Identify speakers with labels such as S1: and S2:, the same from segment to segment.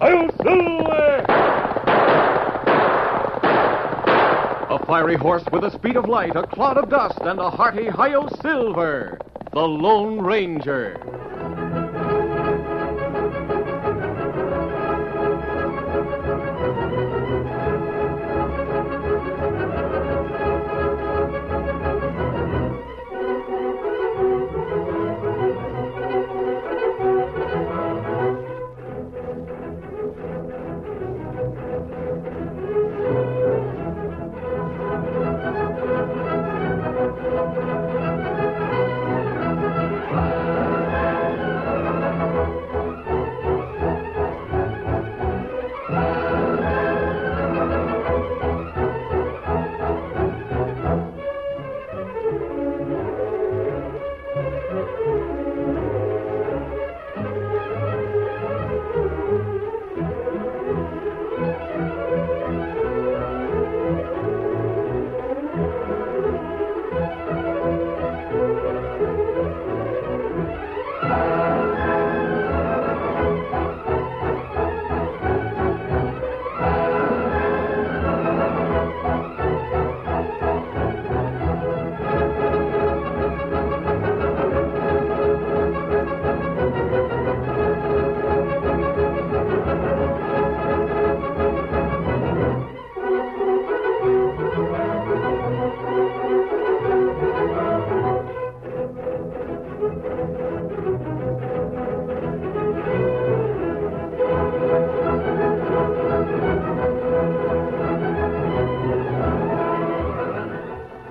S1: Hail Silver!
S2: A fiery horse with the speed of light, a cloud of dust, and a hearty Hio Silver, the Lone Ranger.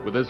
S2: With his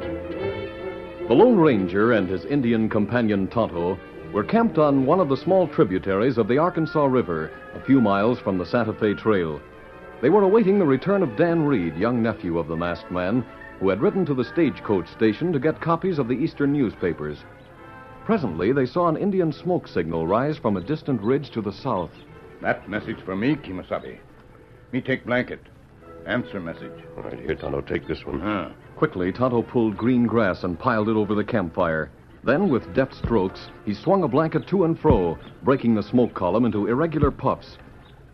S2: The Lone Ranger and his Indian companion Tonto were camped on one of the small tributaries of the Arkansas River, a few miles from the Santa Fe Trail. They were awaiting the return of Dan Reed, young nephew of the masked man, who had ridden to the stagecoach station to get copies of the Eastern newspapers. Presently, they saw an Indian smoke signal rise from a distant ridge to the south.
S3: That message for me, Kimasabi. Me take blanket. Answer message.
S4: All right, here, Tonto, take this one.
S3: Huh.
S2: Quickly, Tonto pulled green grass and piled it over the campfire. Then, with deft strokes, he swung a blanket to and fro, breaking the smoke column into irregular puffs.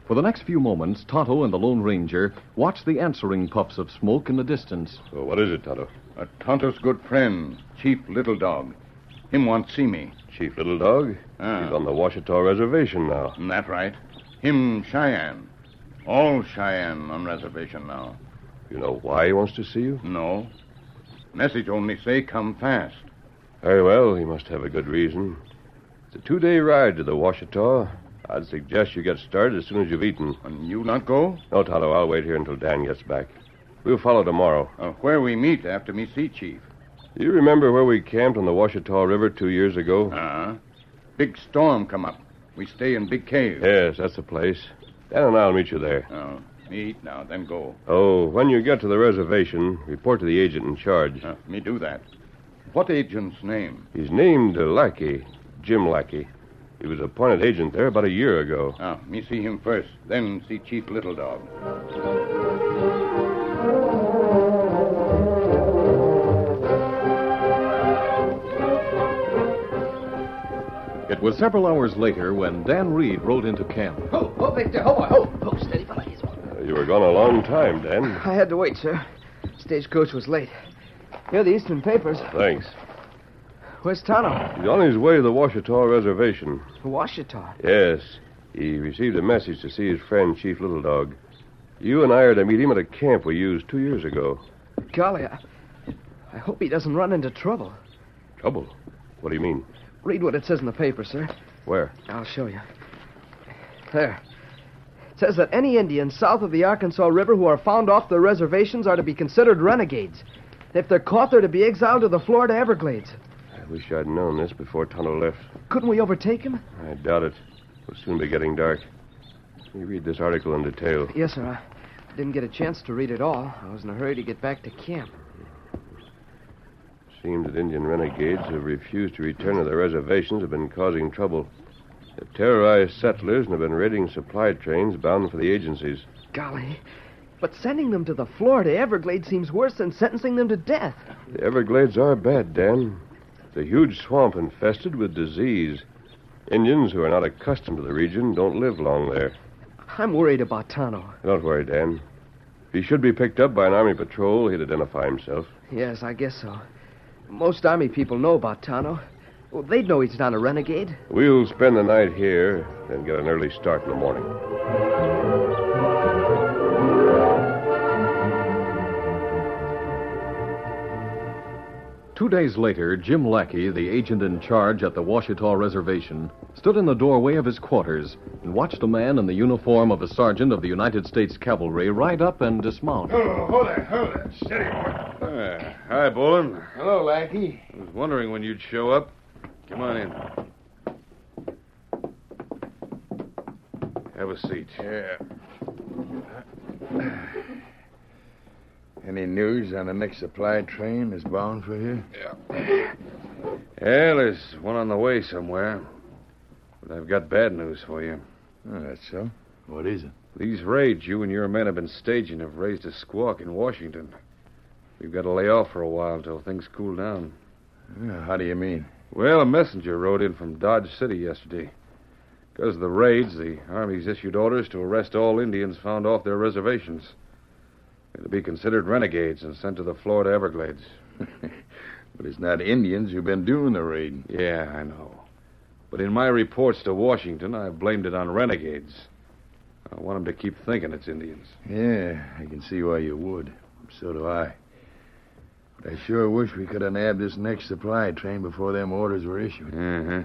S2: For the next few moments, Tonto and the Lone Ranger watched the answering puffs of smoke in the distance.
S4: So what is it, Tonto?
S3: A Tonto's good friend, Chief Little Dog. Him want see me.
S4: Chief Little Dog?
S3: Ah.
S4: He's on the Washita Reservation now.
S3: Am that right? Him Cheyenne. All Cheyenne on reservation now.
S4: You know why he wants to see you?
S3: No. Message only say come fast.
S4: Very well, he must have a good reason. It's a two-day ride to the Washita. I'd suggest you get started as soon as you've eaten.
S3: And you not go?
S4: No, Tonto, I'll wait here until Dan gets back. We'll follow tomorrow.
S3: Uh, where we meet after me see Chief?
S4: Do you remember where we camped on the Washita River two years ago?
S3: Huh? Big storm come up. We stay in big cave.
S4: Yes, that's the place. Dan and I'll meet you there.
S3: Oh, me eat now, then go.
S4: Oh, when you get to the reservation, report to the agent in charge.
S3: Uh, me do that. What agent's name?
S4: He's named uh, Lackey, Jim Lackey. He was appointed agent there about a year ago.
S3: Ah, me see him first, then see Chief Little Dog.
S2: It was several hours later when Dan Reed rode into camp.
S5: Ho, ho, Victor, ho, ho, ho, steady, fella. Yes.
S4: Uh, you were gone a long time, Dan.
S5: I had to wait, sir. Stagecoach was late. Here are the Eastern papers.
S4: Thanks.
S5: Where's Tonto?
S4: He's on his way to the Washita Reservation.
S5: Washita.
S4: Yes.
S3: He received a message to see his friend, Chief Little Dog. You and I are to meet him at a camp we used two years ago.
S5: Golly, I, I hope he doesn't run into trouble.
S3: Trouble? What do you mean?
S5: Read what it says in the paper, sir.
S3: Where?
S5: I'll show you. There. It says that any Indians south of the Arkansas River who are found off their reservations are to be considered renegades. If they're caught, they're to be exiled to the Florida Everglades.
S3: I wish I'd known this before Tonto left.
S5: Couldn't we overtake him?
S3: I doubt it. It'll soon be getting dark. Let me read this article in detail.
S5: Yes, sir. I didn't get a chance to read it all. I was in a hurry to get back to camp.
S3: Seems that Indian renegades who have refused to return to their reservations have been causing trouble. They've terrorized settlers and have been raiding supply trains bound for the agencies.
S5: Golly. But sending them to the Florida Everglades seems worse than sentencing them to death.
S3: The Everglades are bad, Dan. It's a huge swamp infested with disease. Indians who are not accustomed to the region don't live long there.
S5: I'm worried about Tano.
S3: Don't worry, Dan. If he should be picked up by an army patrol, he'd identify himself.
S5: Yes, I guess so. Most army people know about Tano. Well, they'd know he's not a renegade.
S3: We'll spend the night here, then get an early start in the morning.
S2: Two days later, Jim Lackey, the agent in charge at the Washita Reservation, stood in the doorway of his quarters and watched a man in the uniform of a sergeant of the United States Cavalry ride up and dismount.
S6: Oh, hold it, hold it. Steady, boy.
S3: Uh,
S4: hi, Bolin.
S6: Hello, Lackey.
S4: I was wondering when you'd show up. Come on in. Have a seat.
S6: Yeah. Any news on the next supply train that's bound for here?
S4: Yeah, there's one on the way somewhere. But I've got bad news for you.
S6: Oh, that's so. What is it?
S4: These raids you and your men have been staging have raised a squawk in Washington. We've got to lay off for a while until things cool down.
S6: Yeah, how do you mean?
S4: Well, a messenger rode in from Dodge City yesterday. Because of the raids, the Army's issued orders to arrest all Indians found off their reservations. They're to be considered renegades and sent to the Florida Everglades.
S6: But it's not Indians who've been doing the raiding.
S4: Yeah, I know. But in my reports to Washington, I've blamed it on renegades. I want 'em to keep thinking it's Indians.
S6: Yeah, I can see why you would. So do I. But I sure wish we could have nabbed this next supply train before them orders were issued.
S4: Uh-huh.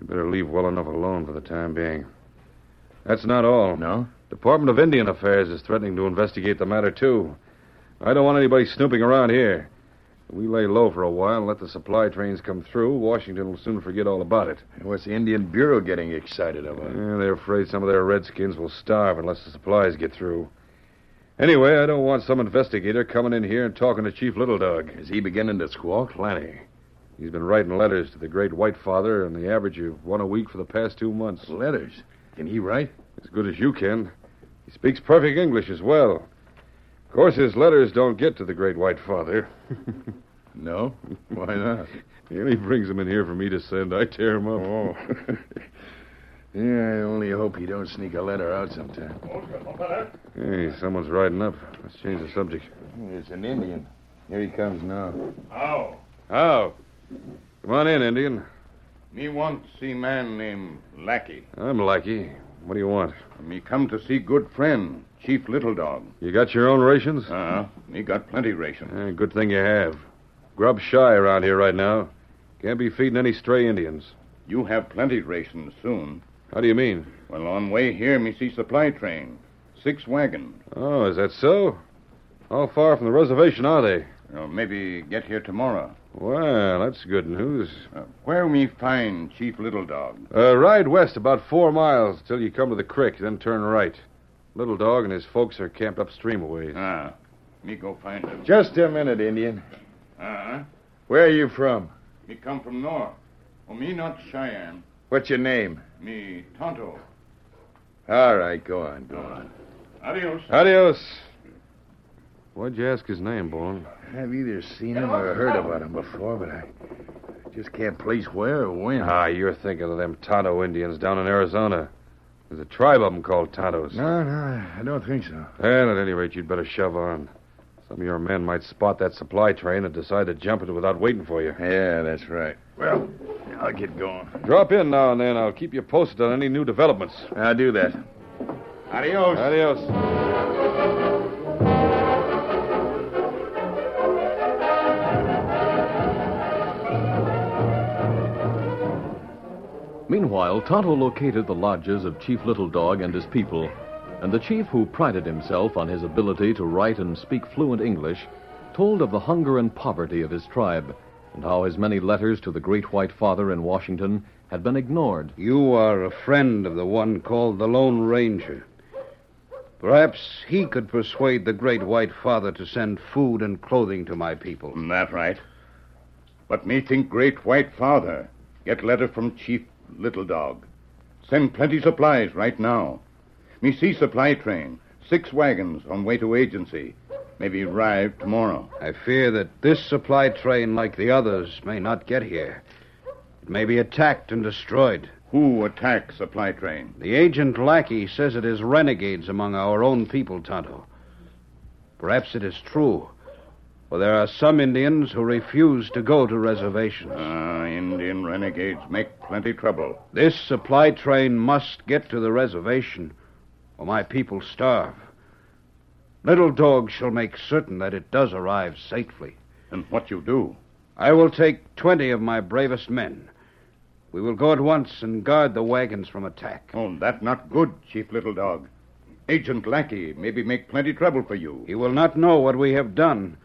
S4: We better leave well enough alone for the time being. That's not all.
S6: No?
S4: Department of Indian Affairs is threatening to investigate the matter, too. I don't want anybody snooping around here. If we lay low for a while and let the supply trains come through, Washington will soon forget all about it.
S6: And What's the Indian Bureau getting excited about?
S4: Yeah, they're afraid some of their redskins will starve unless the supplies get through. Anyway, I don't want some investigator coming in here and talking to Chief Little Dog.
S6: Is he beginning to squawk?
S4: Plenty. He's been writing letters to the Great White Father on the average of one a week for the past two months.
S6: Letters. Can he write?
S4: As good as you can. He speaks perfect English as well. Of course, his letters don't get to the Great White Father.
S6: No. Why not?
S4: And he brings them in here for me to send. I tear him up.
S6: Oh. yeah, I only hope he don't sneak a letter out sometime.
S4: Hey, someone's riding up. Let's change the subject.
S6: It's an Indian. Here he comes now. Oh.
S4: How? How? Oh. Come on in, Indian. Me want see man named
S3: Lackey.
S4: I'm Lackey. What do you want?
S3: Me come to see good friend, Chief Little Dog.
S4: You got your own rations?
S3: Uh-huh. Me got plenty ration.
S4: Eh, good thing you have. Grub shy around here right now. Can't be feeding any stray Indians.
S3: You have plenty ration soon.
S4: How do you mean?
S3: Well, on way here, me see supply train. Six wagon.
S4: Oh, is that so? How far from the reservation are they?
S3: Well, Uh, maybe get here tomorrow.
S4: Well, that's good news.
S3: Uh, where me find Chief Little Dog?
S4: Uh, ride west about four miles till you come to the creek, then turn right. Little Dog and his folks are camped upstream a ways.
S3: Ah, me go find him.
S6: Just a minute, Indian.
S3: Uh-huh.
S6: Where are you from?
S3: Me come from north. Oh, me not Cheyenne.
S6: What's your name?
S3: Me Tonto.
S6: All right, go on, go on.
S3: Adios.
S4: Adios. Why'd you ask his name, Bourne?
S6: I've either seen him or heard about him before, but I just can't place where or when.
S4: Ah, you're thinking of them Tonto Indians down in Arizona. There's a tribe of them called Tontos.
S6: No, no, I don't think so.
S4: Well, at any rate, you'd better shove on. Some of your men might spot that supply train and decide to jump it without waiting for you.
S6: Yeah, that's right.
S7: Well, I'll get going.
S4: Drop in now and then. I'll keep you posted on any new developments.
S7: I'll do that. Adios.
S4: Adios.
S2: Meanwhile, Tonto located the lodges of Chief Little Dog and his people, and the chief, who prided himself on his ability to write and speak fluent English, told of the hunger and poverty of his tribe, and how his many letters to the Great White Father in Washington had been ignored.
S6: You are a friend of the one called the Lone Ranger. Perhaps he could persuade the Great White Father to send food and clothing to my people.
S3: That right. But me think great white father. Get letter from Chief Little Dog. Send plenty supplies right now. Me see supply train. Six wagons on way to agency. Maybe arrive tomorrow.
S6: I fear that this supply train, like the others, may not get here. It may be attacked and destroyed.
S3: Who attack supply train?
S6: The agent Lackey says it is renegades among our own people, Tonto. Perhaps it is true, for there are some Indians who refuse to go to reservations.
S3: Ah, Indian renegades make plenty trouble.
S6: This supply train must get to the reservation, or my people starve. Little Dog shall make certain that it does arrive safely.
S3: And what you do?
S6: I will take twenty of my bravest men. We will go at once and guard the wagons from attack.
S3: Oh, that not good, Chief Little Dog. Agent Lackey maybe make plenty trouble for you.
S6: He will not know what we have done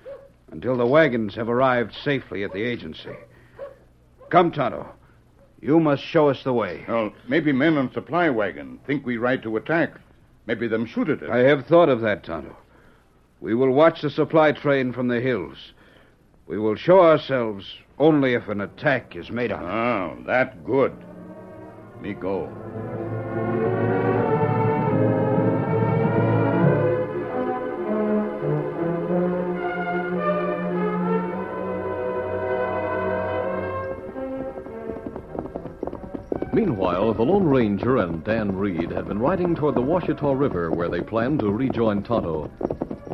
S6: until the wagons have arrived safely at the agency. Come, Tonto. You must show us the way.
S3: Well, maybe men on supply wagon think we ride to attack. Maybe them shoot at us.
S6: I have thought of that, Tonto. We will watch the supply train from the hills. We will show ourselves only if an attack is made on us.
S3: Oh, that good. Me go.
S2: Meanwhile, the Lone Ranger and Dan Reed had been riding toward the Washita River where they planned to rejoin Tonto.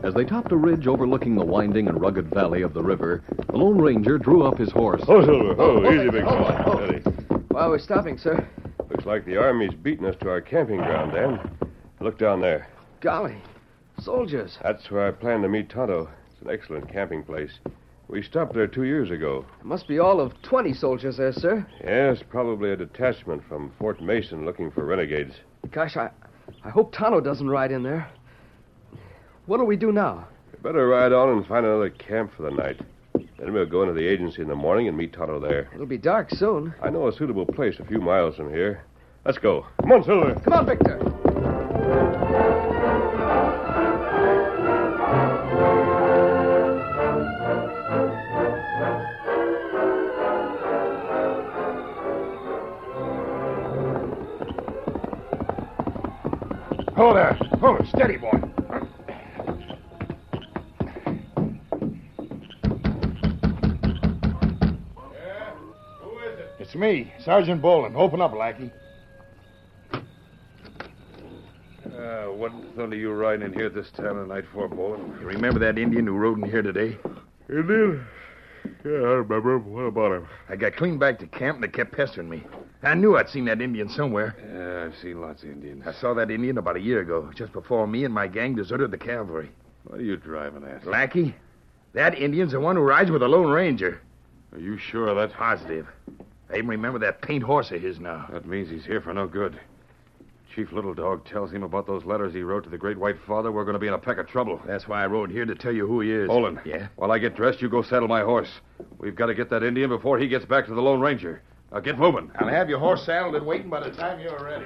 S2: As they topped a ridge overlooking the winding and rugged valley of the river, the Lone Ranger drew up his horse.
S4: Oh, Silver. Oh, easy, big fella.
S8: Steady.
S5: Why, we're stopping, sir.
S8: Looks like the Army's beaten us to our camping ground, Dan. Look down there.
S5: Golly, soldiers.
S8: That's where I plan to meet Tonto. It's an excellent camping place. We stopped there two years ago.
S5: There must be all of 20 soldiers there, sir.
S8: Yes, probably a detachment from Fort Mason looking for renegades.
S5: Gosh, I, I hope Tonto doesn't ride in there. What'll we do now?
S8: We better ride on and find another camp for the night. Then we'll go into the agency in the morning and meet Tonto there.
S5: It'll be dark soon.
S8: I know a suitable place a few miles from here. Let's go. Come on, Silver.
S5: Come on, Victor.
S9: Hold there. Hold it. Steady, boy.
S3: Who is it?
S9: It's me, Sergeant Boland. Open up, Lackey.
S4: Uh, what in thunder you riding in here this time of night for, Bolin?
S7: You remember that Indian who rode in here today?
S4: Indian? Yeah, I remember him. What about him?
S7: I got clean back to camp and they kept pestering me. I knew I'd seen that Indian somewhere.
S4: Yeah, I've seen lots of Indians.
S7: I saw that Indian about a year ago, just before me and my gang deserted the cavalry.
S4: What are you driving at?
S7: Lackey, that Indian's the one who rides with the Lone Ranger.
S4: Are you sure of that?
S7: Positive. I even remember that paint horse of his now.
S4: That means he's here for no good. Chief Little Dog tells him about those letters he wrote to the Great White Father. We're going to be in a peck of trouble.
S7: That's why I rode here to tell you who he is.
S4: Olin.
S7: Yeah?
S4: While I get dressed, you go saddle my horse. We've got to get that Indian before he gets back to the Lone Ranger. Now get moving.
S7: I'll have your horse saddled and waiting by the time you're ready.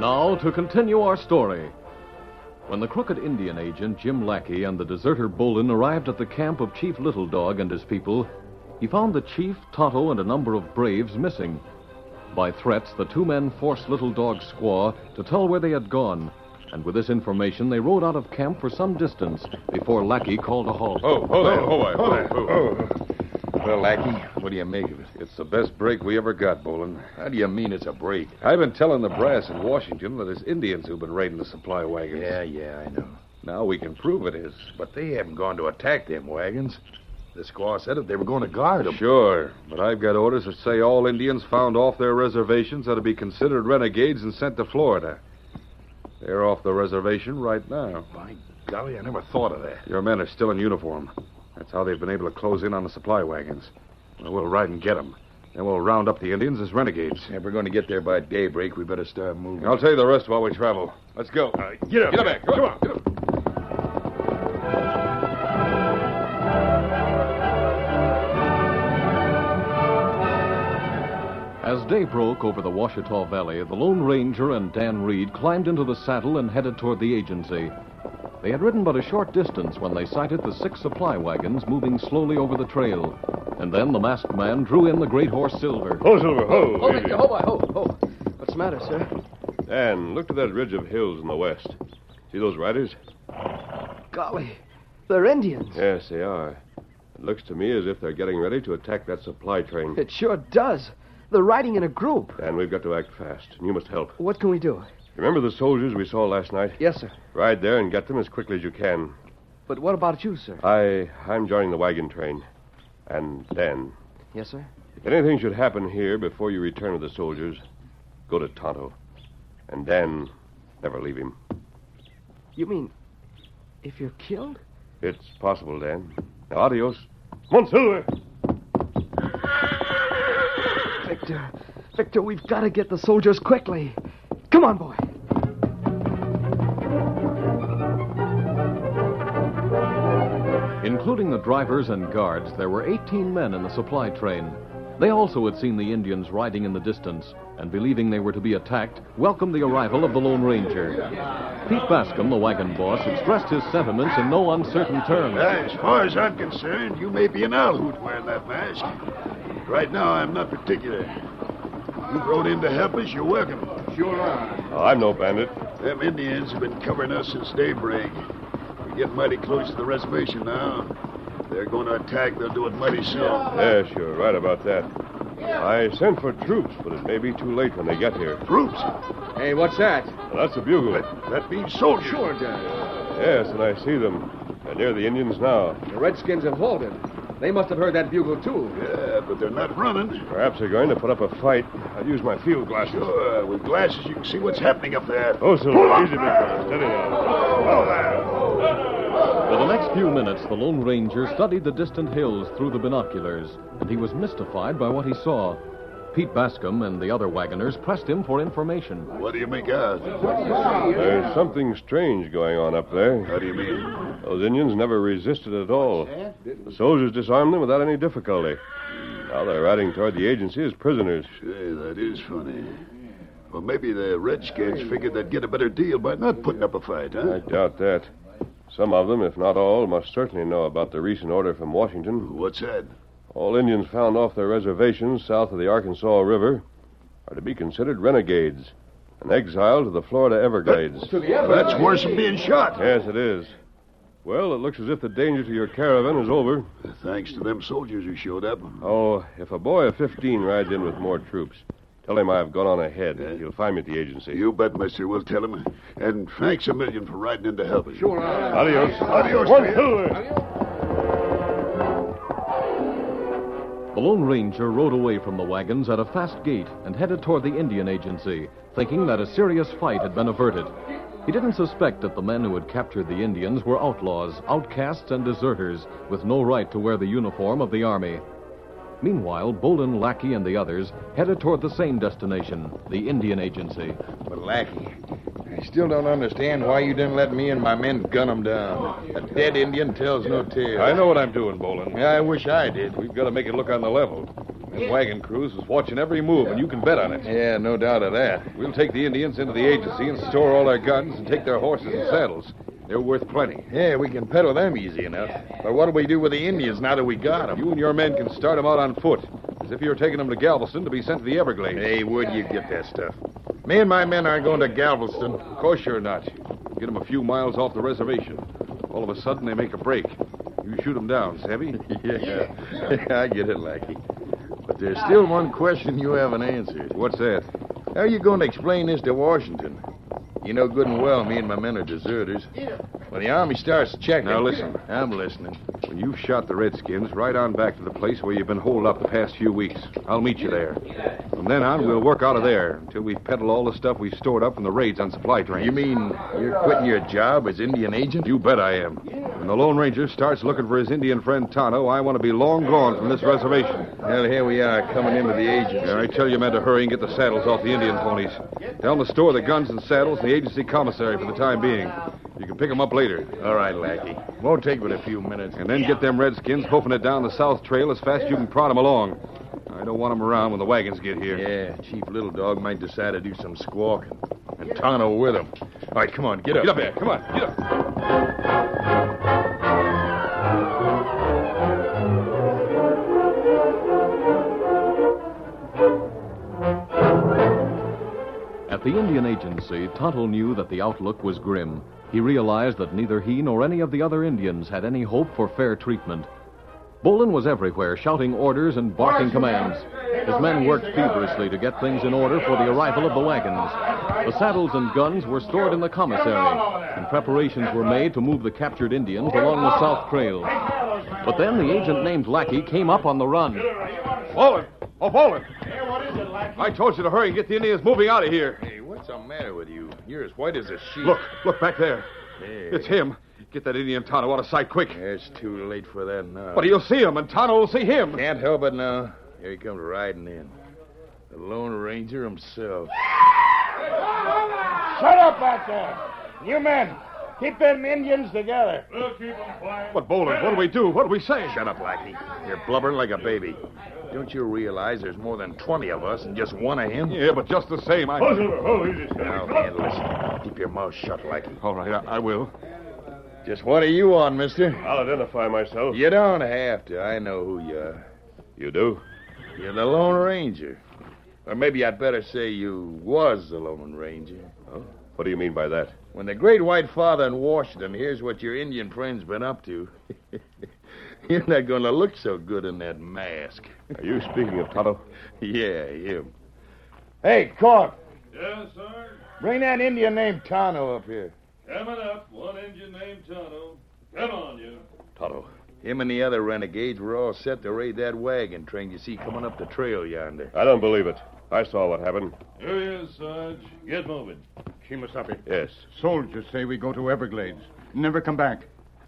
S2: Now, to continue our story. When the crooked Indian agent, Jim Lackey, and the deserter Bolin arrived at the camp of Chief Little Dog and his people, he found the chief, Tonto, and a number of braves missing. By threats, the two men forced Little Dog's squaw to tell where they had gone, and with this information, they rode out of camp for some distance before Lackey called a halt.
S3: Oh, oh, there, oh, oh, oh,
S10: Well, Lackey, what do you make of it?
S3: It's the best break we ever got, Bolin.
S10: How do you mean it's a break?
S3: I've been telling the brass in Washington that it's Indians who've been raiding the supply wagons.
S10: Yeah, yeah, I know.
S3: Now we can prove it is.
S10: But they haven't gone to attack them wagons. The squaw said that they were going to guard them.
S3: Sure, but I've got orders that say all Indians found off their reservations are to be considered renegades and sent to Florida. They're off the reservation right now.
S10: By golly, I never thought of that.
S3: Your men are still in uniform. That's how they've been able to close in on the supply wagons. Well, we'll ride and get them. Then we'll round up the Indians as renegades.
S10: If we're going to get there by daybreak, we better start moving.
S3: I'll tell you the rest while we travel. Let's go.
S11: Get up.
S3: Get up, Mac. Come on. Get up.
S2: As day broke over the Washita Valley, the Lone Ranger and Dan Reed climbed into the saddle and headed toward the agency. They had ridden but a short distance when they sighted the six supply wagons moving slowly over the trail. And then the masked man drew in the great horse Silver.
S11: Ho, Silver, ho.
S5: Hold it, ho, boy, ho, ho. What's the matter, sir?
S4: Dan, look to that ridge of hills in the west. See those riders?
S5: Golly, they're Indians.
S4: Yes, they are. It looks to me as if they're getting ready to attack that supply train.
S5: It sure does. They're riding in a group.
S4: Dan, we've got to act fast, and you must help.
S5: What can we do?
S4: Remember the soldiers we saw last night?
S5: Yes, sir.
S4: Ride there and get them as quickly as you can.
S5: But what about you, sir?
S4: I, I'm joining the wagon train. And Dan,
S5: Yes, sir.
S4: if anything should happen here before you return with the soldiers, go to Tonto. And Dan, never leave him.
S5: You mean if you're killed?
S4: It's possible, Dan. Now, adios.
S11: Come on, Silver.
S5: Victor, Victor, we've got to get the soldiers quickly. Come on, boy.
S2: Including the drivers and guards, there were 18 men in the supply train. They also had seen the Indians riding in the distance, and believing they were to be attacked, welcomed the arrival of the Lone Ranger. Pete Bascom, the wagon boss, expressed his sentiments in no uncertain terms.
S12: As far as I'm concerned, you may be an owl who's wearing that mask. Right now, I'm not particular. You rode in to help us, you're welcome. Sure are.
S4: Oh, I'm no bandit.
S12: Them Indians have been covering us since daybreak. We're getting mighty close to the reservation now. If they're going to attack, they'll do it mighty soon.
S4: Yes, you're right about that. I sent for troops, but it may be too late when they get here.
S12: Troops?
S6: Hey, what's that?
S4: That's a bugle.
S12: That means soldiers. Sure,
S4: Yes, and I see them. They're near the Indians now.
S6: The Redskins have halted. They must have heard that bugle, too.
S12: Yeah, Uh, but they're not running.
S4: Perhaps they're going to put up a fight. I'll use my field glasses.
S12: Sure, with glasses you can see what's happening up there.
S4: Oh, Silver, easy, big fella. Steady now.
S12: Hello there.
S2: For the next few minutes, the Lone Ranger studied the distant hills through the binoculars, and he was mystified by what he saw. Pete Bascom and the other wagoners pressed him for information.
S12: What do you make out?
S4: There's something strange going on up there.
S12: How do you mean?
S4: Those Indians never resisted at all. The soldiers disarmed them without any difficulty. Now they're riding toward the agency as prisoners.
S12: Say, that is funny. Well, maybe the Redskins figured they'd get a better deal by not putting up a fight,
S4: I
S12: huh?
S4: doubt that. Some of them, if not all, must certainly know about the recent order from Washington.
S12: What's that?
S4: All Indians found off their reservations south of the Arkansas River are to be considered renegades and exiled to the Florida Everglades.
S12: That's worse than being shot.
S4: Yes, it is. Well, it looks as if the danger to your caravan is over.
S12: Thanks to them soldiers who showed up.
S4: Oh, if a boy of 15 rides in with more troops, tell him I've gone on ahead. He'll find me at the agency.
S12: You bet, mister. We'll tell them. And thanks a million for riding in to help us. Sure.
S4: Adios.
S12: Adios.
S11: One,
S12: man.
S11: Silver.
S2: The Lone Ranger rode away from the wagons at a fast gait and headed toward the Indian agency, thinking that a serious fight had been averted. He didn't suspect that the men who had captured the Indians were outlaws, outcasts, and deserters with no right to wear the uniform of the army. Meanwhile, Bolin, Lackey, and the others headed toward the same destination, the Indian agency.
S10: But Lackey, I still don't understand why you didn't let me and my men gun 'em down. A dead Indian tells no tales.
S4: I know what I'm doing, Bolin.
S10: Yeah, I wish I did.
S4: We've got to make it look on the level. The wagon crews was watching every move, and you can bet on it. Yeah, no doubt of that. We'll take the Indians into the agency and store all their guns and take their horses and saddles. They're worth plenty.
S3: Yeah, we can peddle them easy enough. But what do we do with the Indians now that we got them?
S4: You and your men can start 'em out on foot, as if you were taking 'em to Galveston to be sent to the Everglades.
S3: Hey, where'd you get that stuff? Me and my men aren't going to Galveston.
S4: Of course you're not. Get 'em a few miles off the reservation. All of a sudden, they make a break. You shoot 'em down, Savvy.
S3: Yeah, I get it, Lackey. But there's still one question you haven't answered.
S4: What's that?
S3: How are you going to explain this to Washington? You know good and well me and my men are deserters. When the army starts checking.
S4: Now listen.
S3: I'm listening.
S4: When you've shot the Redskins, right on back to the place where you've been holed up the past few weeks. I'll meet you there. From then on, we'll work out of there until we peddle all the stuff we stored up from the raids on supply trains.
S3: You mean you're quitting your job as Indian agent?
S4: You bet I am. When the Lone Ranger starts looking for his Indian friend Tonto, I want to be long gone from this reservation.
S3: Well, here we are coming into the agency.
S4: Yeah, I tell you men to hurry and get the saddles off the Indian ponies. Tell them to store the guns and saddles in the agency commissary for the time being. You can pick 'em up later.
S3: All right, Lackey. Won't take but a few minutes.
S4: And then get them Redskins hoofing it down the South Trail as fast as you can prod 'em along. I don't want 'em around when the wagons get here.
S3: Yeah, Chief Little Dog might decide to do some squawking. And Tonto with him. All right, come on, get up.
S4: Get up there. Come on. Get up.
S2: At the Indian Agency, Tonto knew that the outlook was grim. He realized that neither he nor any of the other Indians had any hope for fair treatment. Bolin was everywhere, shouting orders and barking commands. His men worked feverishly to get things in order for the arrival of the wagons. The saddles and guns were stored in the commissary, and preparations were made to move the captured Indians along the South Trail. But then the agent named Lackey came up on the run.
S4: Poland! Oh, Poland! I told you to hurry and get the Indians moving out of here.
S3: Hey, what's the matter with you? You're as white as a sheet.
S4: Look, look back there.
S3: Hey.
S4: It's him. Get that Indian Tonto out of sight quick.
S3: It's too late for that now.
S4: But he'll see him, and Tonto will see him.
S3: Can't help it now. Here he comes riding in. The Lone Ranger himself.
S13: Shut up out there. You men, keep them Indians together.
S14: We'll keep them quiet.
S4: But, Boland, what do we do? What do we say?
S3: Shut up, Lackey. You're blubbering like a baby. Don't you realize there's more than 20 of us and just one of him?
S4: Yeah, but just the same, I.
S14: Hold it, hold it, easy,
S3: Now,
S14: Stanley.
S3: man, listen. Keep your mouth shut, Lackey.
S4: All right, I, I will.
S3: Just what are you on, mister?
S12: I'll identify myself.
S3: You don't have to. I know who you are.
S12: You do?
S3: You're the Lone Ranger. Or maybe I'd better say you was the Lone Ranger.
S12: What do you mean by that?
S3: When the great white father in Washington hears what your Indian friend's been up to, you're not going to look so good in that mask.
S12: Are you speaking of Tonto?
S3: yeah, him.
S13: Hey, Cork,
S14: Yes, sir.
S13: bring that Indian named Tano up here.
S14: Coming up, one Indian named Tonto. Come on, you.
S12: Tonto.
S3: Him and the other renegades were all set to raid that wagon train you see coming up the trail yonder.
S12: I don't believe it. I saw what happened.
S14: Here he is, Sarge. Get moving.
S12: Kimasabi. Yes.
S15: Soldiers say we go to Everglades. Never come back.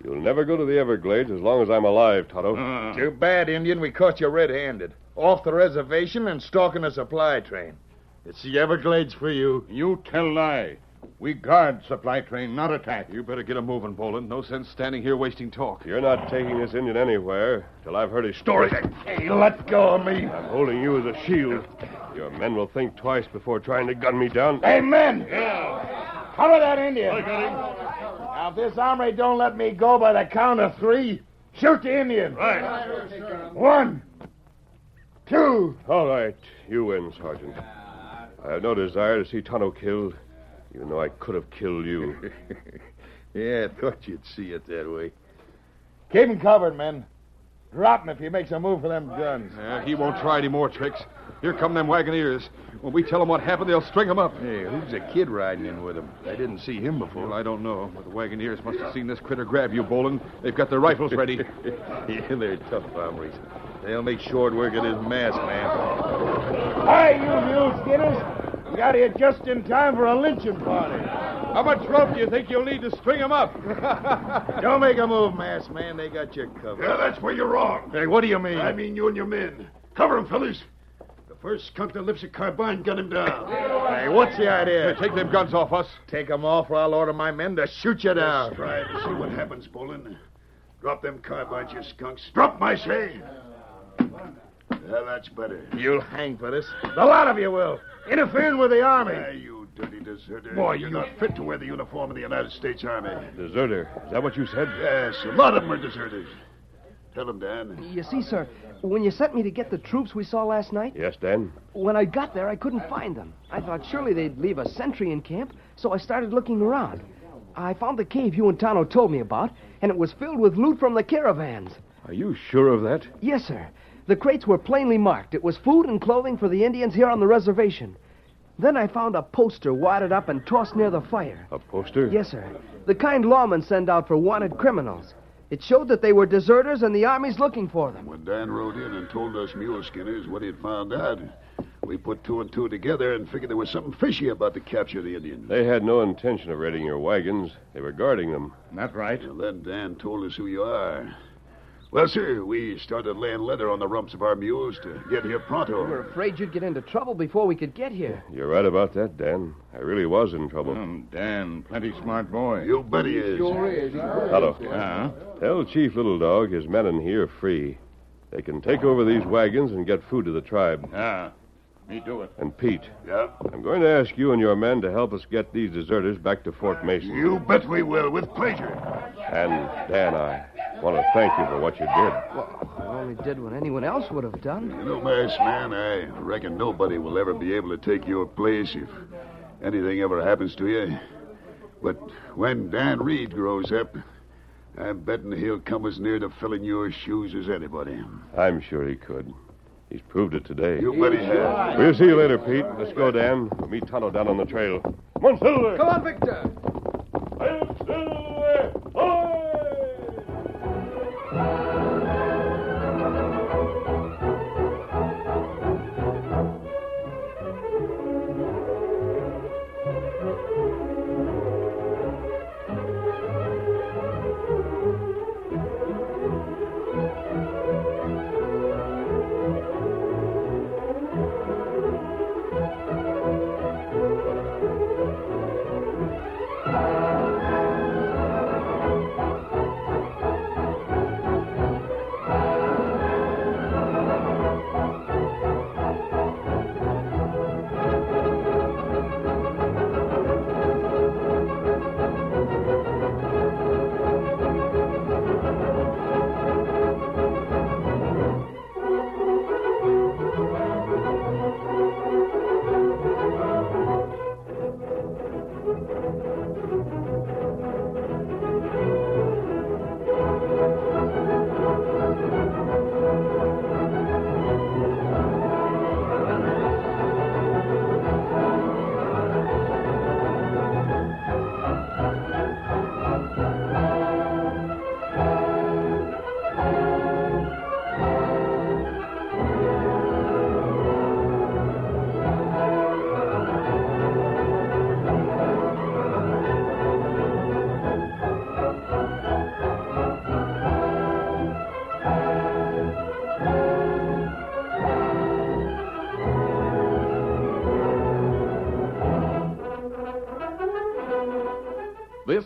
S12: You'll never go to the Everglades as long as I'm alive, Tonto.
S4: Uh-uh.
S3: Too Uh-uh. bad, Indian, we caught you red handed. Off the reservation and stalking a supply train. It's the Everglades for you.
S15: You tell lie. We guard supply train, not attack.
S4: You better get him moving, Boland. No sense standing here wasting talk.
S12: You're not taking this Indian anywhere till I've heard his story.
S3: Hey, let go of me.
S12: I'm holding you as a shield. Your men will think twice before trying to gun me down.
S13: Hey, men, cover that Indian.
S14: I got him.
S13: Now, if this hombre don't let me go by the count of three, shoot the Indian.
S14: Right.
S13: One, two.
S12: All right, you win, Sergeant. I have no desire to see Tonto killed, even though I could have killed you.
S3: Yeah, I thought you'd see it that way.
S13: Keep him covered, men. Drop him if he makes a move for them guns.
S4: Yeah, Uh, he won't try any more tricks. Here come them Wagoneers. When we tell 'em what happened, they'll string 'em up.
S3: Hey, who's the kid riding in with him? I didn't see him
S4: Well,
S3: before.
S4: I don't know, but the Wagoneers must have seen this critter grab you, Boland. They've got their rifles ready.
S3: yeah, they're tough hombres. They'll make short work of this mask, man.
S13: Hey, you mule skinners. We got here just in time for a lynching party.
S4: How much rope do you think you'll need to string 'em up?
S3: Don't make a move, mask man. They got you covered.
S12: Yeah, that's where you're wrong.
S3: Hey, what do you mean?
S12: I mean, you and your men. Cover him, fellas. The first skunk that lifts a carbine, gun him down.
S3: Hey, what's the idea?
S4: Here, take them guns off us.
S3: Take them off, or I'll order my men to shoot you down.
S12: Try to see what happens, Bolin. Drop them carbines, you skunks. Drop my say. Yeah, that's better.
S16: You'll
S12: hang for this.
S16: The lot of you will. Interfering with the army.
S12: Yeah, you dirty deserter.
S16: Boy,
S12: Boy,
S16: you-
S12: you're not fit to wear the uniform of the United States Army.
S4: Deserter. Is that what you said?
S12: Yes, a lot of them are deserters. Tell them, Dan.
S5: You see, sir, when you sent me to get the troops we saw last night,
S4: Yes, Dan?
S5: when I got there, I couldn't find them. I thought surely they'd leave a sentry in camp, so I started looking around. I found the cave you and Tano told me about, and it was filled with loot from the caravans.
S4: Are you sure of that?
S5: Yes, sir. The crates were plainly marked. It was food and clothing for the Indians here on the reservation. Then I found a poster wadded up and tossed near the fire.
S4: A poster?
S5: Yes, sir. The kind lawmen send out for wanted criminals. It showed that they were deserters and the army's looking for them.
S12: When Dan rode in and told us mule skinners what he'd found out, we put two and two together and figured there was something fishy about the capture of the Indians.
S4: They had no intention of raiding your wagons. They were guarding them.
S12: Not right. Well, then Dan told us who you are. Well, sir, we started laying leather on the rumps of our mules to get here pronto.
S5: We were afraid you'd get into trouble before we could get here.
S4: You're right about that, Dan. I really was in trouble.
S12: Hmm,
S11: Dan, plenty smart boy.
S12: You bet he is.
S11: Sure
S12: is.
S4: Hello. Tell Chief Little Dog his men in here are free. They can take over these wagons and get food to the tribe.
S11: Ah, me do it.
S4: And Pete,
S12: Yeah.
S4: I'm going to ask you and your men to help us get these deserters back to Fort Mason.
S12: You bet we will, with pleasure.
S4: And Dan, I want to thank you for what you did.
S5: I only did what anyone else would have done.
S12: You know, masked man, I reckon nobody will ever be able to take your place if anything ever happens to you. But when Dan Reed grows up, I'm betting he'll come as near to filling your shoes as anybody.
S4: I'm sure he could. He's proved it today.
S12: You bet he has.
S4: We'll see you later, Pete. Let's go, Dan. We'll meet Tonto down on the trail. Monsieur!
S16: Come on, Victor.
S2: This